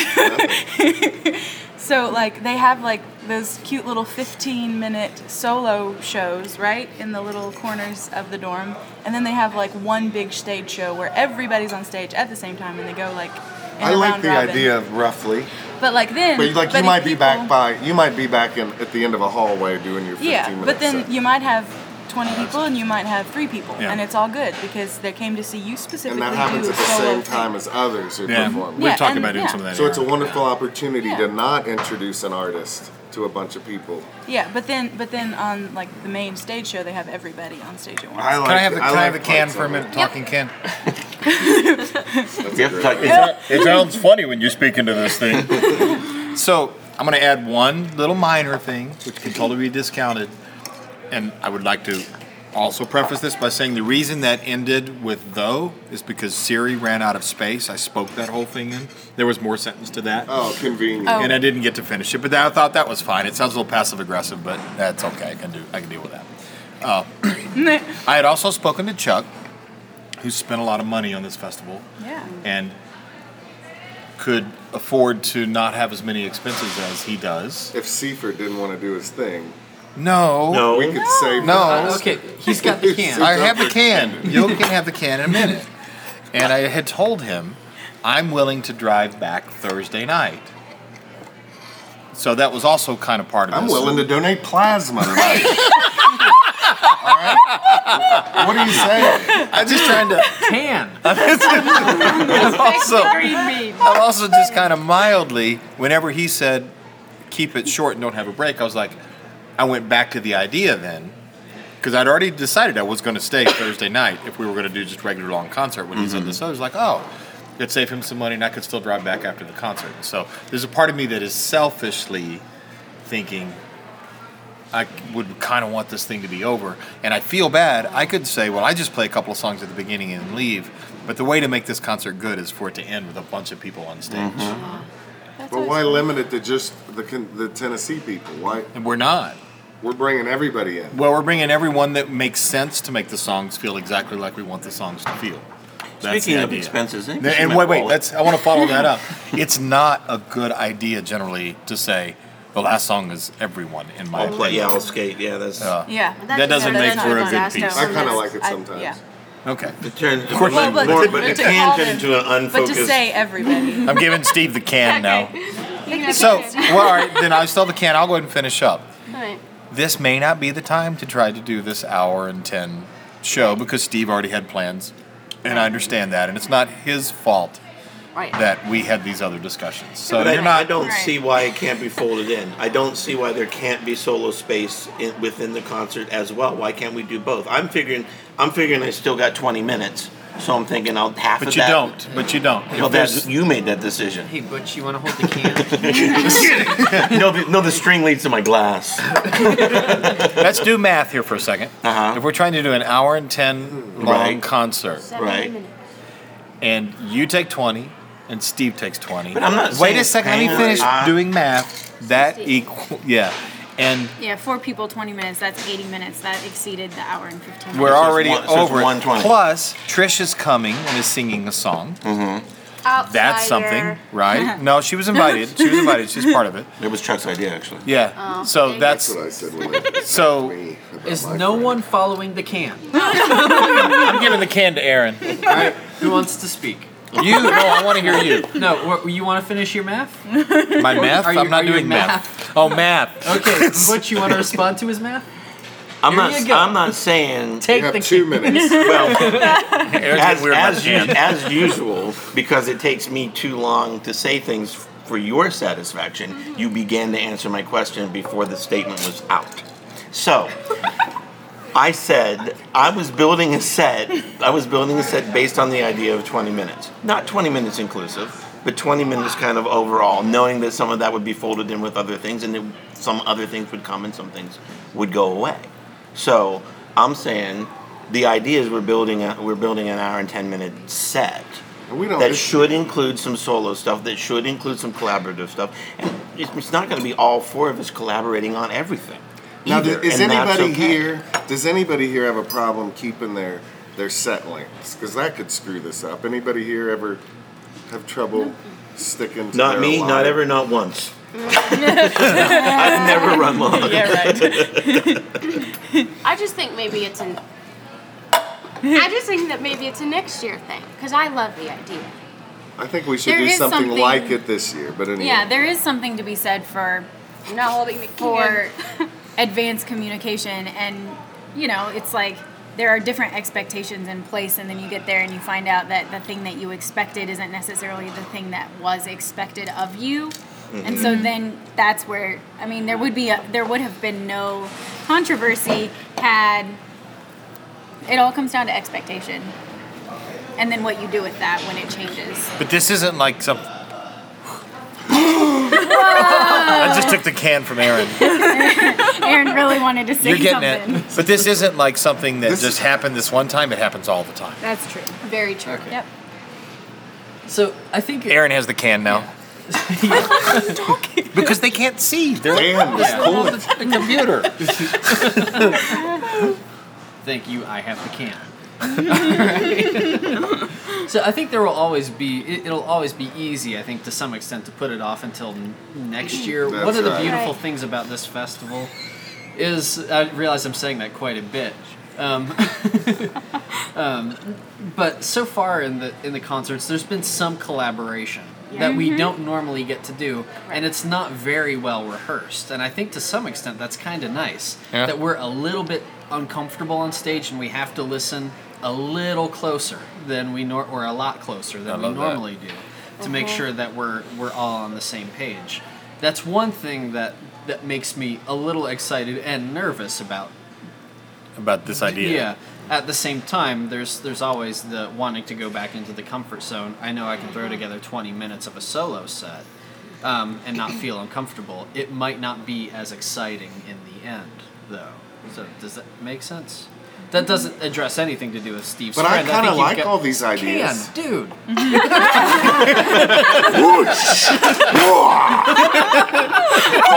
[LAUGHS] so like they have like those cute little 15 minute solo shows, right? In the little corners of the dorm. And then they have like one big stage show where everybody's on stage at the same time and they go like in
I
a
like
round
the
robin.
idea of roughly,
But like then
but like you
if
might be
people-
back by you might be back in at the end of a hallway doing your 15
Yeah,
minute
Uh, but then
set.
you might have 20 people and you might have three people,
Yeah.
and it's all good because they came to see you specifically.
and that happens
do a
at the
solo
same
thing.
time as others are
Yeah.
performing.
We've talked
and-
about doing
yeah.
some of that.
So it's a
here.
wonderful opportunity
Yeah.
to not introduce an artist to a bunch of people.
Yeah, but then but then on like the main stage show, they have everybody on stage at once.
like.
Can I have the, can I have the
like
can
parts
for a
of it.
minute? Talking can.
That's
We have to
great
talk-
idea.
[LAUGHS] It sounds funny when you're speaking to this thing. [LAUGHS] so I'm going to add one little minor thing, which can totally be discounted. And I would like to also preface this by saying the reason that ended with though is because Siri ran out of space. I spoke that whole thing in. There was more sentence to that.
Oh, convenient.
And I didn't get to finish it, but I thought that was fine. It sounds a little passive aggressive, but that's okay. I can do. I can deal with that. Uh, I had also spoken to Chuck, who spent a lot of money on this festival
Yeah.
and could afford to not have as many expenses as he does.
If Seifert didn't want to do his thing,
No.
[LAUGHS] No.
we could save.
No.
Uh, okay, he's got
[LAUGHS]
the can.
I have the can. You can have the can in a minute. And I had told him I'm willing to drive back Thursday night. So that was also kind of part of
I'm
this.
willing to donate plasma. tonight. All right? What are you saying?
I'm just trying to. [LAUGHS]
Can.
I'm also,
Green bean.
I'm also just kind of mildly, whenever he said, keep it short and don't have a break, I was like, I went back to the idea then. Because I'd already decided I was going to stay Thursday night if we were going to do just regular long concert. When he said this, I was like, oh, it'd save him some money and I could still drive back after the concert. So there's a part of me that is selfishly thinking, I would kind of want this thing to be over. And I feel bad. I could say, well, I just play a couple of songs at the beginning and leave. But the way to make this concert good is for it to end with a bunch of people on stage.
Mm-hmm.
But why limit it to just the con- the Tennessee people? Why
And we're not.
we're bringing everybody in?
Well, we're bringing everyone that makes sense to make the songs feel exactly like we want the songs to feel.
That's Speaking of expenses, I think we should
And
make
wait,
a
wait.
wallet.
Let's. I want to follow that up.
[LAUGHS]
It's not a good idea generally to say the last song is everyone in my
I'll play.
playlist.
Yeah, I'll skate. Yeah, that's.
Uh,
Yeah.
That
that doesn't
doesn't
make
sound
for a
like
good
last
piece.
I
time.
kind of
That's-
like it
I-
sometimes.
yeah.
Okay.
It turns into
course,
like
but
more,
to-
but it
to all
tangent
them-
into an
But to
unfocused.
say everybody.
I'm giving Steve the can now.
Okay.
So, well, all right, then I still have the can. I'll go ahead and finish up.
All right.
This may not be the time to try to do this hour and 10 show because Steve already had plans, and I understand that. And it's not his fault
Right.
that we had these other discussions. So,
but I,
you're not.
I don't
Right.
see why it can't be folded in. I don't see why there can't be solo space in, within the concert as well. Why can't we do both? I'm figuring. I'm figuring I still got 20 minutes, so I'm thinking I'll half
but
of
you
that.
don't. But you don't.
Well,
If there's-
that's you made that decision.
Hey, Butch, you want to hold the
[LAUGHS]
can?
no, the, no, the string leads to my glass.
Let's do math here for a 2nd
Uh-huh.
If we're trying to do an hour and 10 long
Right.
concert,
Seven
Right.
minutes.
and you take 20 and Steve takes 20.
But I'm not
Wait
saying-
a second, let me
Hang on.
finish
Uh,
doing math. That
Steve.
equal yeah. And
Yeah, four people, 20 minutes. That's 80 minutes. That exceeded the hour and 15 minutes.
we're
it's
already
one- so it's
over. it.
120.
Plus, Trish is coming and is singing a song.
Outsider.
That's something, right? no, she was invited. She was invited. She's part of it.
It was Chuck's idea, actually.
Yeah.
Oh,
so
okay.
That's
that's
what I said
[LAUGHS]
when I
so.
me about
Is
my
no
friend.
one following the can?
[LAUGHS] I'm giving the can to Aaron.
All right, who wants to speak?
You? No, I want to hear you.
No, what, you want to finish
[LAUGHS]
your math?
My math?
Are you-
I'm not
are you
doing math. Oh, math.
Okay, [LAUGHS] Butch, you want to respond to his math?
I'm
Here
not.
you go.
I'm not saying.
You
Take the
have
can.
two [LAUGHS]
[LAUGHS]
minutes.
[LAUGHS] Well,
Aaron's getting
as,
weird about
as,
the can.
us- as usual, because it takes me too long to say things for your satisfaction, you began to answer my question before the statement was out. So, I said I was building a set. I was building a set based on the idea of 20 minutes, not 20 minutes inclusive, but 20 minutes kind of overall, knowing that some of that would be folded in with other things, and that some other things would come and some things would go away. So I'm saying the idea is we're building a, we're building an hour and 10 minute set.
And we don't
that
listen.
should include some solo stuff. That should include some collaborative stuff, and it's, it's not going to be all four of us collaborating on everything.
Now,
either,
does- is
and that's
anybody
okay.
here? Does anybody here have a problem keeping their their set lengths? Because that could screw this up. Anybody here ever have trouble sticking? to
Not
their
me,
line?
not ever, not once. [LAUGHS] I've never run [LAUGHS] long.
yeah, right.
I just think maybe it's an. I just think that maybe it's a next year thing because I love the idea.
I think we should
There
do
is
something,
something-
like it this year. But anyway,
Yeah, there is something to be said for
I'm not holding the
for
can.
[LAUGHS] advanced communication and you know it's like there are different expectations in place and then you get there and you find out that the thing that you expected isn't necessarily the thing that was expected of you and so
Mm-hmm.
then that's where i mean there would be a, there would have been no controversy had it all comes down to expectation and then what you do with that when it
[LAUGHS]
changes
But this isn't like some. I just took the can from Aaron.
aaron really wanted to say
You're getting
something
it. But this isn't like something that
This-
just happened this one time. It happens all the time.
that's true
Very true.
Okay.
yep
So I think
Aaron has the can now. [LAUGHS] because they can't see. They're
Damn, this
Yeah.
cool.
the
[LAUGHS]
computer.
Thank you. I have the can. [LAUGHS] Alright. so I think there will always be it, it'll always be easy I think to some extent to put it off until n- next year.
That's
One of the
right.
beautiful
Right.
things about this festival is I realize I'm saying that quite a bit. Um, [LAUGHS] um, but so far in the in the concerts there's been some collaboration that we don't normally get to do and it's not very well rehearsed and I think to some extent that's kind of nice
Yeah.
that we're a little bit uncomfortable on stage and we have to listen a little closer than we nor or a lot closer than we
love that.
normally do to make sure that we're we're all on the same page. That's one thing that that makes me a little excited and nervous about
About this idea.
yeah. At the same time, there's there's always the wanting to go back into the comfort zone. I know I can
Mm-hmm.
throw together 20 minutes of a solo set um, and not feel uncomfortable. It might not be as exciting in the end, though. So does that make sense? That doesn't address anything to do with Steve's
Mm-hmm. But I
friend.
kind
think
of
you've
like
got-
all these
Can,
ideas. [LAUGHS]
dude.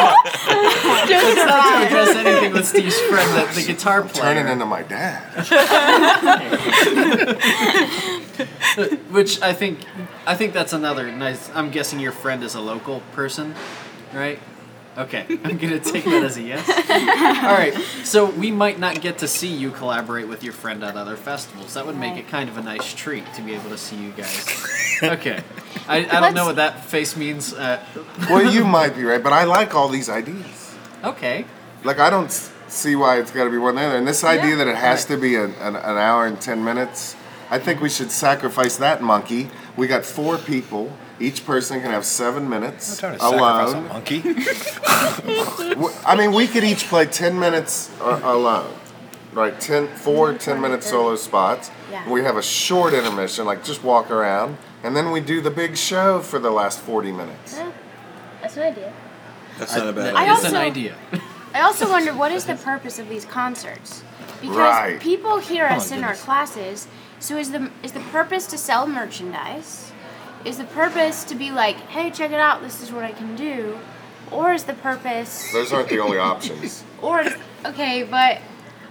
It's not to address anything with Steve's friend, that
[LAUGHS]
the guitar player.
Turning into my dad.
which I think, I think that's another nice. I'm guessing your friend is a local person, right? Okay, [LAUGHS] I'm gonna take that as a yes. All right, so we might not get to see you collaborate with your friend at other festivals. That would make it kind of a nice treat to be able to see you guys. Okay, I, I don't know what that face means. Uh,
well, you might be right, but I like all these ideas.
okay,
Like, I don't s- see why it's got to be one or the other. And this idea that it has to be an, an, an hour and 10 minutes, I think we should sacrifice that monkey. We got four people. Each person can have seven minutes
trying to sacrifice a
alone.
monkey. [LAUGHS]
W- I mean, we could each play 10 minutes a- alone, right? 10, four 10 minute solo spots.
Yeah.
We have a short intermission, like just walk around, and then we do the big show for the last 40 minutes.
That's an idea.
That's not a bad
I
idea.
it's an
also-
idea.
I also wonder what is the purpose of these concerts? Because
Right.
people hear us in
Oh
our
goodness.
classes. So is the is the purpose to sell merchandise? Is the purpose to be like, hey, check it out, this is what I can do? Or is the purpose
Those aren't the only options.
or is, okay, but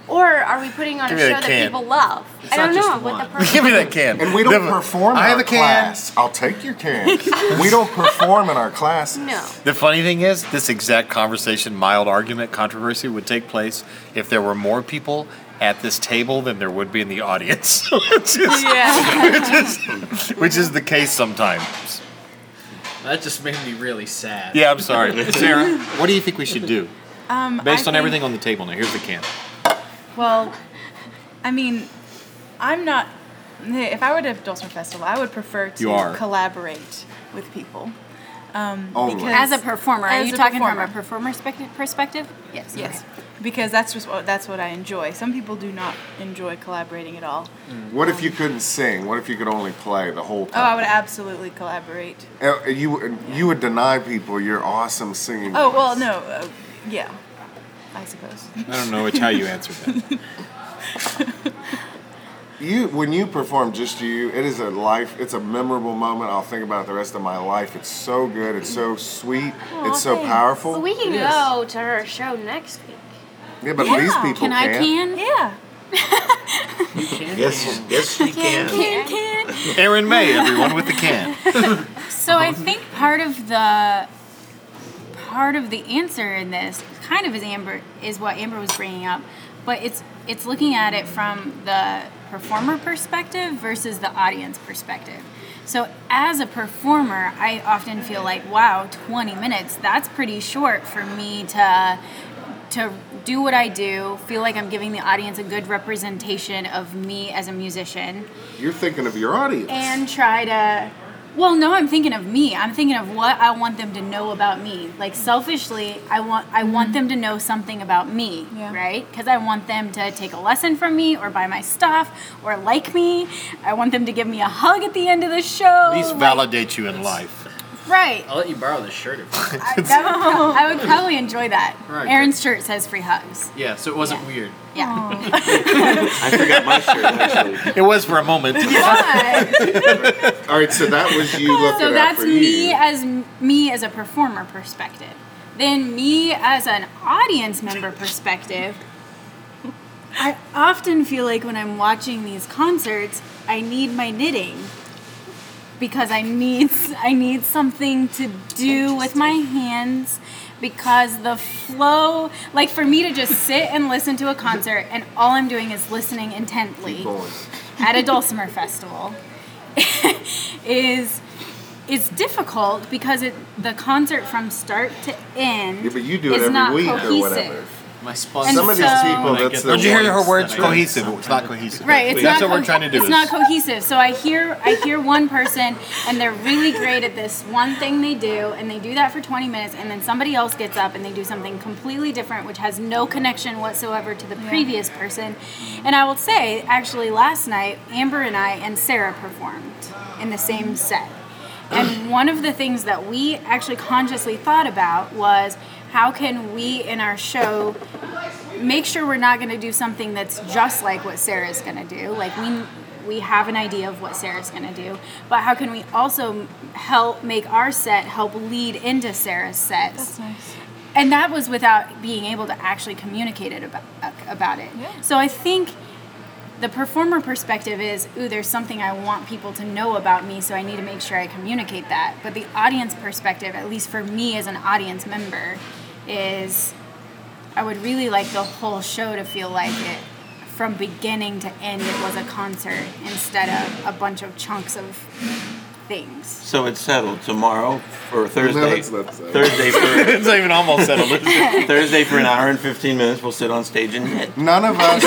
or are we putting on
Give
a
me
show
that
that
can.
people love? I
not
don't
just
know what the
one.
[LAUGHS]
purpose
Give me that can.
And we don't
Definitely.
perform in
I have
our
a can.
class. I'll take your [LAUGHS] can. we don't perform in our classes.
No.
The funny thing is, this exact conversation, mild argument, controversy would take place if there were more people at this table than there would be in the audience, [LAUGHS] which is,
Yeah.
which is the case sometimes.
That just made me really sad.
Yeah, I'm [LAUGHS] sorry. Sarah, what do you think we should do?
Um, I
Based on
think-
everything on the table now, here's the can.
Well, I mean, I'm not. If I were to Dulcimer Festival, I would prefer to
You are.
collaborate with people. Um,
Only.
As a performer, are
As
you
a
talking
performer.
from a performer's spec- perspective? Yes.
Yes, because that's just what that's what I enjoy. Some people do not enjoy collaborating at all.
What if you couldn't sing? What if you could only play the whole
Oh, I
time?
would absolutely collaborate.
Uh, you would- you would deny people your awesome singing.
Oh well, no, uh, yeah, I suppose.
I don't know which how you answered that.
You when you perform just you, it is a life. It's a memorable moment. I'll think about it the rest of my life. It's so good. It's so sweet. it's so
thanks.
powerful.
But we can
Yes.
go to her show next week.
yeah, but these people
Can I can?
Yeah,
Yes, yes, you can.
Can can.
[LAUGHS] Aaron May, everyone with the can.
So I think part of the part of the answer in this kind of is Amber is what Amber was bringing up, but it's it's looking at it from the performer perspective versus the audience perspective. So as a performer, I often feel like, wow, 20 minutes, that's pretty short for me to to do what I do, feel like I'm giving the audience a good representation of me as a musician
You're thinking of your audience.
and try to well no i'm thinking of me i'm thinking of what i want them to know about me like selfishly i want i want them to know something about me
Yeah.
right because i want them to take a lesson from me or buy my stuff or like me i want them to give me a hug at the end of the show
These
like-
validate you in life.
right
I'll let you borrow the shirt. If you
I, that would pro- I would probably enjoy that
Right.
aaron's shirt says free hugs
yeah, so it wasn't weird.
yeah
I forgot my [LAUGHS] shirt actually.
It was for a
[LAUGHS]
moment.
But-
All right, so that was you looking
[LAUGHS] so
out
that's
for
me
you.
as me as a performer perspective then me as an audience member perspective i often feel like when i'm watching these concerts i need my knitting because i need i need something to do with my hands because the flow like for me to just sit and listen to a concert and all i'm doing is listening intently
Boy.
at a dulcimer festival [LAUGHS] is it's difficult because it the concert from start to end
Yeah, but you do it
is
every
not
week
cohesive.
or whatever.
My sponsor.
And
Some of these
so-
people,
When I
that's
get
their
there-
Did you hear her
worst
words?
thing.
Cohesive. It's not cohesive.
Right, it's
That's
not
what we're
co-
trying to do.
It's
is-
not cohesive. So I hear I hear one person and they're really great at this one thing they do and they do that for 20 minutes and then somebody else gets up and they do something completely different which has no connection whatsoever to the previous person. And I will say actually last night Amber and I and Sarah performed in the same set.
[CLEARS THROAT]
And one of the things that we actually consciously thought about was how can we in our show make sure we're not going to do something that's just like what Sarah's going to do. Like we we have an idea of what Sarah's going to do, but how can we also help make our set help lead into Sarah's sets?
that's nice.
and that was without being able to actually communicate it about, about it. So I think the performer perspective is, ooh, there's something I want people to know about me, so I need to make sure I communicate that. But the audience perspective, at least for me as an audience member, is I would really like the whole show to feel like it from beginning to end it was a concert instead of a bunch of chunks of
[LAUGHS]
things.
So it's settled tomorrow for Thursday.
it's not settled.
Thursday
[LAUGHS]
for [LAUGHS]
it's not even almost settled. It's-
Thursday for an hour and fifteen minutes. We'll sit on stage and knit.
None
[LAUGHS]
of us,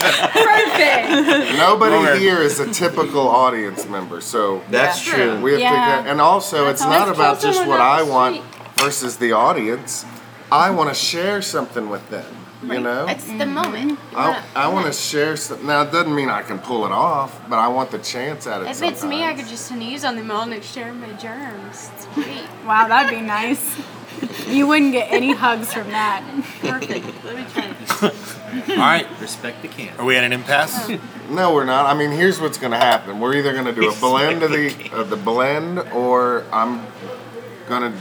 Perfect.
nobody here is a typical audience member, so
That's
Yeah.
true.
we have
Yeah.
to. Get, and also, it's
always
not about
true.
just
Someone
what
down
I
the
want
street.
versus the audience. I want to share something with them. You know,
It's the moment. You
I,
wanna-
I want to share some. Now, it doesn't mean I can pull it off, but I want the chance at it.
If it's me, I
sometimes.
could just sneeze on them all and share my germs. It's great.
wow, that'd be nice. You wouldn't get any hugs from that.
Perfect. Let me try it.
All right,
Respect the can.
are we at an impasse?
No, we're not. I mean, here's what's going to happen. We're either going to do a blend of the of the blend, or I'm going to,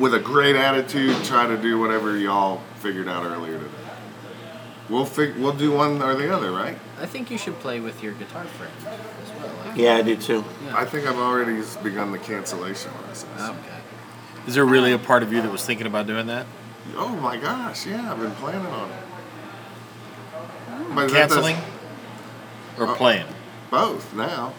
with a great attitude, try to do whatever y'all figured out earlier today. We'll fig- we'll do one or the other, right?
I think you should play with your guitar friend as well. I-
Yeah, I do too.
I think I've already s- begun the cancellation process.
Okay.
Is there really a part of you that was thinking about doing that?
Oh my gosh! Yeah, I've been planning on it. But
Oh.
that does-
Canceling or playing?
both
[LAUGHS]
now.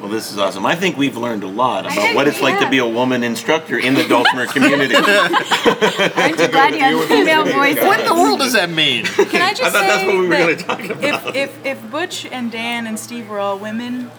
Well, this is awesome. I think we've learned a lot about
think
what
we
it's like to
have.
be a woman instructor in the Dulcimer community. [LAUGHS] I
Aren't you glad you
Deal
have
with the
female
video
voices?
guy.
[LAUGHS] What in the world does that mean?
Can I just
thought
say
that's what we were
that
going to talk about.
if, if if Butch and Dan and Steve were all women,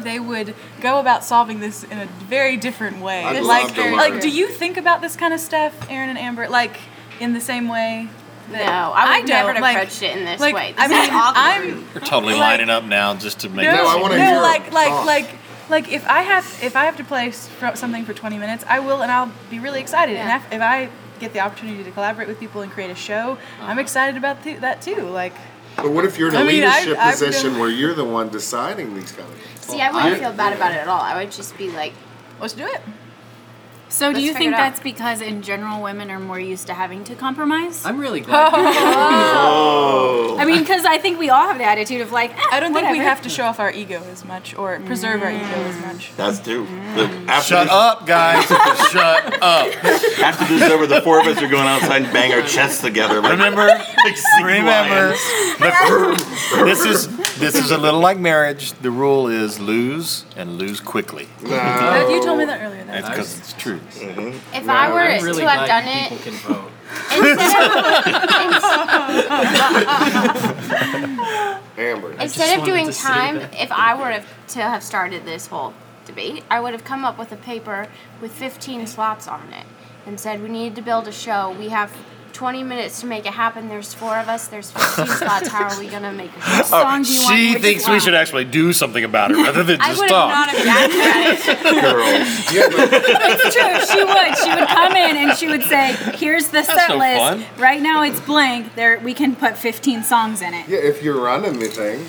they would go about solving this in a very different way.
I'd
like,
love to learn.
like, do you think about this kind of stuff, Aaron and Amber, like in the same way?
No, I would never
don't,
have
like-
approached it in this
like,
way. This
I mean,
is awkward.
I'm
We're totally
Like-
lining up now just to make
No,
it
I
seem-
wanna
no,
hear Oh.
like, like,
talk.
like, like, if I have, if I have to play s- fro- something for 20 minutes, I will, and I'll be really excited.
Yeah.
And if, if I get the opportunity to collaborate with people and create a show,
Uh-huh.
I'm excited about th- that too. Like,
But what if you're in a
I mean, I-
leadership
I've been-
position where you're the one deciding these kind of things?
See, I wouldn't feel bad about it at all. I would just be like,
let's do it.
So do
Let's
you
figure
think
it out.
that's because in general women are more used to having to compromise? [LAUGHS]
I'm really glad. you-
I mean, because I think we all have the attitude of like, eh,
I don't think we
whatever.
have to show off our ego as much or preserve our ego as
Mm.
much.
That's true. Look, after
Shut
this,
up, guys. [LAUGHS] Shut up.
After this is over, the four of us are going outside and bang our chests together. Like,
Remember,
like sea
remember.
lions.
the- this is this is a little like marriage. The rule is lose and lose quickly.
No.
You told me that earlier. Though.
That's because it's true.
if I were
I'm really
to have
glad
done
people
it
can vote.
instead of,
Amber.
instead of
wanted
doing
to say
time, if I were have- to have started this whole debate, I would have come up with a paper with 15 slots on it and said, we need to build a show. We have 20 minutes to make it happen. There's four of us. There's [LAUGHS] 15 slots. How are we going to make a show?
What song do you want
She
me to
thinks we
play?
should actually do something about it rather than
I
just
would have not
talk.
have gotten at it.
It's true. She would. She would come in and she would say, "Here's the set
no
list.
fun.
Right now it's blank. There we can put 15 songs in it."
Yeah, if you're running the thing,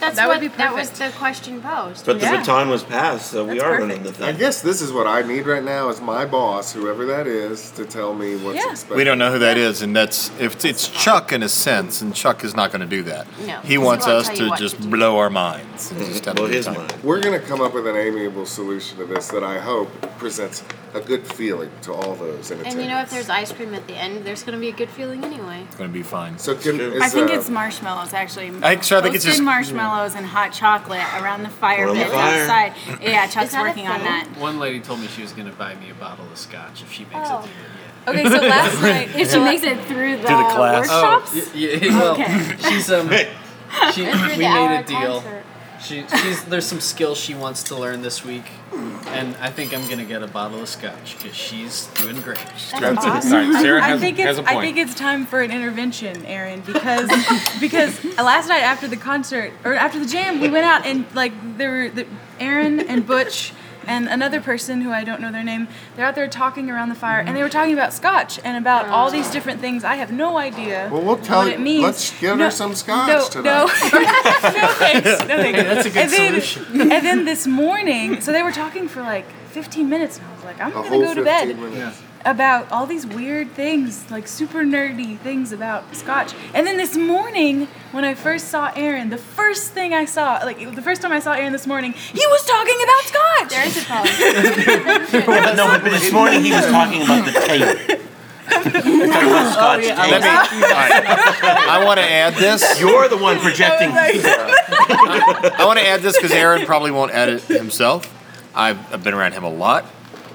That's
That would
what,
be
that was the question posed.
But the
Yeah.
baton was passed, so we
That's
are
perfect.
running the
I
thing.
guess this is what I need right now is my boss, whoever that is, to tell me what's
Yeah.
expected.
We don't know who that is, and that's if it's Chuck in a sense, and Chuck is not going to do that.
No,
he
he
wants
won't
us
tell you
to
what
just
to do.
blow our minds and just have a
Well,
good
his
time.
mind.
We're going to come up with an amiable solution to this that I hope presents a good feeling to all those in attendance.
And you know, if there's ice cream at the end, there's going to be a good feeling anyway.
It's going to be fine.
so can,
Sure.
is,
I think
uh,
it's marshmallows actually.
I- so I think it's
Roasted
just-
marshmallows and hot chocolate around the fire
Around the
pit
fire.
outside. Yeah, Chuck's
that a
working on
thing?
that.
One lady told me she was going to buy me a bottle of scotch if she makes
Oh.
it through the end.
[LAUGHS]
Okay, so last night,
If she makes it through the,
class.
workshops,
Oh, y- y- [LAUGHS] well,
Okay.
she's um, she,
Through
we
the
made
hour
a deal.
concert.
She, she's there's some skills she wants to learn this week, and I think I'm gonna get a bottle of scotch because she's doing great.
That's awesome.
Sorry, Sarah
I
has,
think it's
has a point.
I think it's time for an intervention, Aaron, because [LAUGHS] because last night after the concert or after the jam, we went out and like there were the, Aaron and Butch and another person who I don't know their name. They're out there talking around the fire, and they were talking about scotch and about all these different things. I have no idea.
Well, we'll tell
what
you-
it means.
let's get her some scotch
no,
[LAUGHS] tonight.
No, no thanks. No thanks.
that's a good
and then,
solution.
And then this morning, so they were talking for like 15 minutes, and I was like, I'm
a
gonna
whole
go
15
to bed.
minutes.
about all these weird things, like super nerdy things about Scotch. And then this morning, when I first saw Aaron, the first thing I saw, like the first time I saw Aaron this morning, he was talking about Scotch.
There is a problem.
But no, but this morning he was
[LAUGHS]
talking about the
Oh,
tape. talking about Scotch [LAUGHS]
Let me.
tape.
all right. I want to add this.
You're the one projecting.
I want to add this because Aaron probably won't edit himself. I've, I've been around him a lot.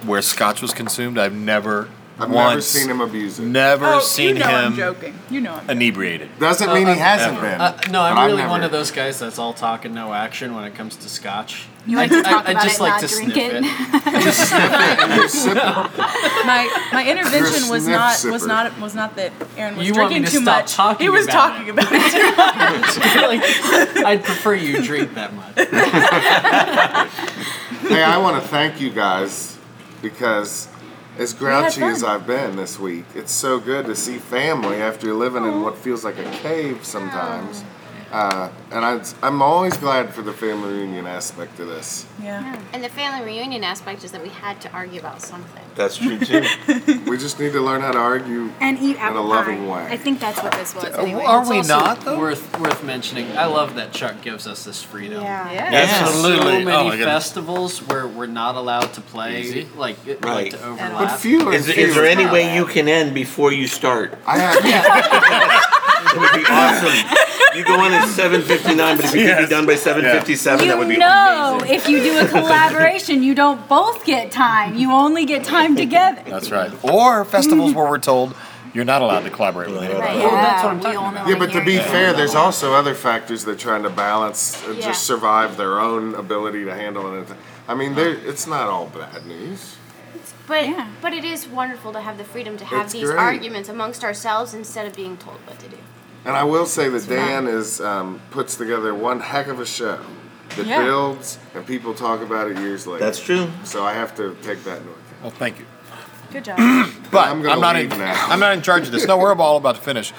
Where Scotch was consumed, I've never
I've
once,
never seen him abuse it.
never
Oh,
seen
you know I'm
him
joking. You know I'm joking.
inebriated.
Doesn't mean he hasn't
ever.
been.
Uh, no,
but I've
I'm really
never- [LAUGHS]
one of those guys that's all talk and no action when it comes to scotch.
You like to
I-
talk
I
about
just
it,
like
not
to
drink
sniff
it.
[LAUGHS]
[LAUGHS]
My my intervention was
Sniff
not
sipper.
was not was not that Aaron was
You want me
drinking
to
too
stop
much.
talking
he was
about
talking
it.
about it too much.
Like, I'd prefer you drink that much.
hey, I want to thank you guys because as grouchy
fun.
as I've been this week, it's so good to see family after you're living in what feels like a cave sometimes. Uh, and I, I'm always glad for the family reunion aspect of this.
Yeah.
And the family reunion aspect is that we had to argue about something.
That's true too.
We just need to learn how to argue
and eat
in a
apple
loving
pie.
way.
I think that's what this was. Anyway.
Are
It's
we
also
not though?
Worth worth mentioning. I love that Chuck gives us this freedom.
Absolutely.
So
Oh
many
my goodness.
festivals where we're not allowed to play,
Easy.
like it- like
Right.
to
but
overlap.
fewer and
Is,
fewer.
is there any way you can end before you start?
I have,
It would be awesome. You go in at 7:59, but if you could be done by 7:57, that would be
You know, if you do a collaboration, you don't both get time. You only get time together.
That's right. Or festivals where we're told you're not allowed to collaborate with anybody.
Right.
Well, that's what I'm
we
talking
all
about.
know
Yeah,
it
but to
here.
be fair, there's also other factors they're trying to balance and
Yeah.
just survive their own ability to handle it. I mean, there it's not all bad news.
But
Yeah.
but it is wonderful to have the freedom to have
It's
these
great.
arguments amongst ourselves instead of being told what to do.
And I will say that Dan is um, puts together one heck of a show that
Yeah.
builds, and people talk about it years later.
That's true.
So I have to take that into account.
Well, thank you.
Good [LAUGHS] job.
But
I'm
I'm,
gonna
not in.
leave now.
I'm not in charge of this.
[LAUGHS]
No, we're all about to finish.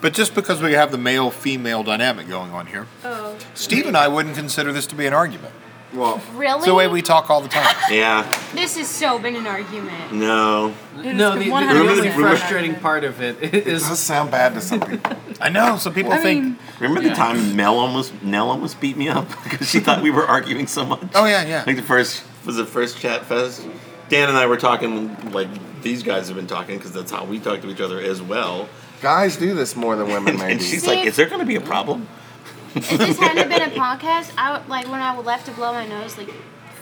But just because we have the male-female dynamic going on here,
Oh.
Steve and I wouldn't consider this to be an argument.
Well,
Really?
It's the way we talk all the time.
Yeah.
This has so been
[LAUGHS]
an argument.
No.
No, the, the,
Remember
only
the-
frustrating part of it [LAUGHS]
it does
is
sound bad to some
[LAUGHS]
people.
I know. Some people
I
think,
mean,
Remember the time Mel almost Nell almost beat me up [LAUGHS] because she thought we were arguing so much.
"Oh yeah, yeah."
Like the first was the first chat fest. Dan and I were talking like these guys have been talking because that's how we talk to each other as well.
Guys do this more than
[LAUGHS]
women,
And,
maybe.
and she's like, "Is there going to be a problem?"
[LAUGHS] If this hadn't been a podcast, I would, like when I left to blow my nose like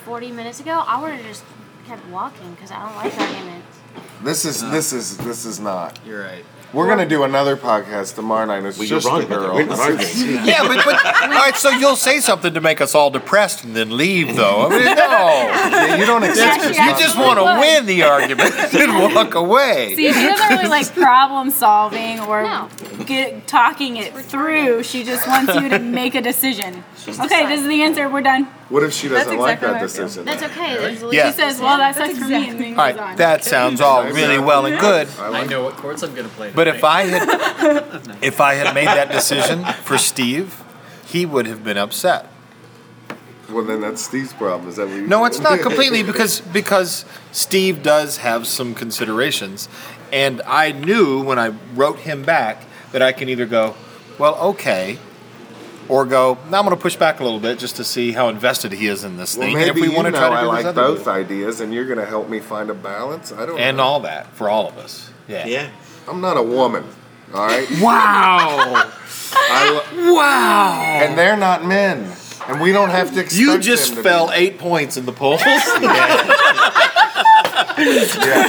40 minutes ago, I would have just kept walking because I don't like arguments.
this is this is this is not.
you're right.
We're gonna do another podcast tomorrow night. It's
Well, you're
just
wrong
a
about that.
girl.
We're not
This is-
[LAUGHS] yeah, but, but all right. So you'll say something to make us all depressed and then leave, though. I mean,
[LAUGHS]
no,
Yeah, you don't expect
she
this
actually
you just want to win the argument and walk away.
See, she doesn't really like problem solving or
No.
get, talking it through. She just wants you to make a decision. okay, this is the answer. We're done.
What if she doesn't
That's
like
exactly
that
how I feel.
decision?
That's okay. There's at
Yeah.
least
She says, "Well, that sucks for me." And
All
then moves
right,
on.
that sounds all really well and good.
I
I
like
know what chords I'm gonna play.
But
tonight.
if I had, if I had made that decision for Steve, he would have been upset.
Well, then that's Steve's problem. Is that what you
No,
[LAUGHS]
it's not completely because because Steve does have some considerations, and I knew when I wrote him back that I can either go, well, okay, or go. Now I'm going to push back a little bit just to see how invested he is in this
well,
thing,
maybe
and if we
you
want to
know
try to do
I
this
like
other
both
deal.
ideas, and you're going to help me find a balance. I don't.
and
know.
all that for all of us. Yeah.
Yeah.
I'm not a woman. All right. [LAUGHS]
Wow!
I lo-
wow!
and they're not men, and we don't have to. Expect
You just
them to
fell
Be.
eight points in
[LAUGHS]
the polls.
Yes,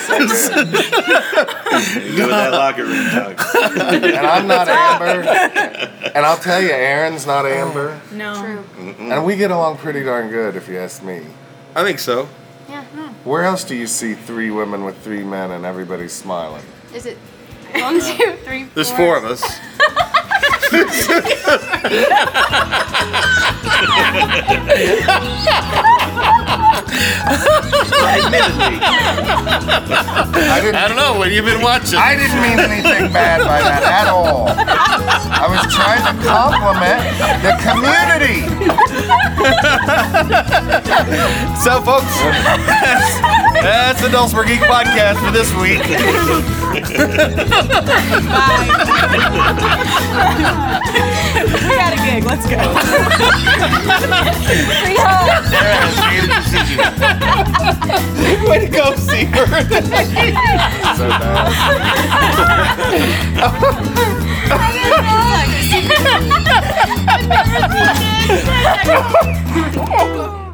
I did.
You know that locker room talk.
and I'm not Amber. And I'll tell you, Aaron's not Amber,
no.
True.
Mm.
and we get along pretty darn good, if you ask me.
I think so.
Yeah.
Where else do you see three women with three men and everybody's smiling?
Is it [LAUGHS] one, two, three, four?
There's four of us.
I didn't
I don't know what you've been watching.
I didn't mean anything bad by that at all. I was trying to compliment the community.
So, folks, that's, [LAUGHS] that's the Dulcimer Geek Podcast for this week.
We got a gig. Let's go.
[LAUGHS] Way to go, Seaver. [LAUGHS]
So bad.
I've never seen it.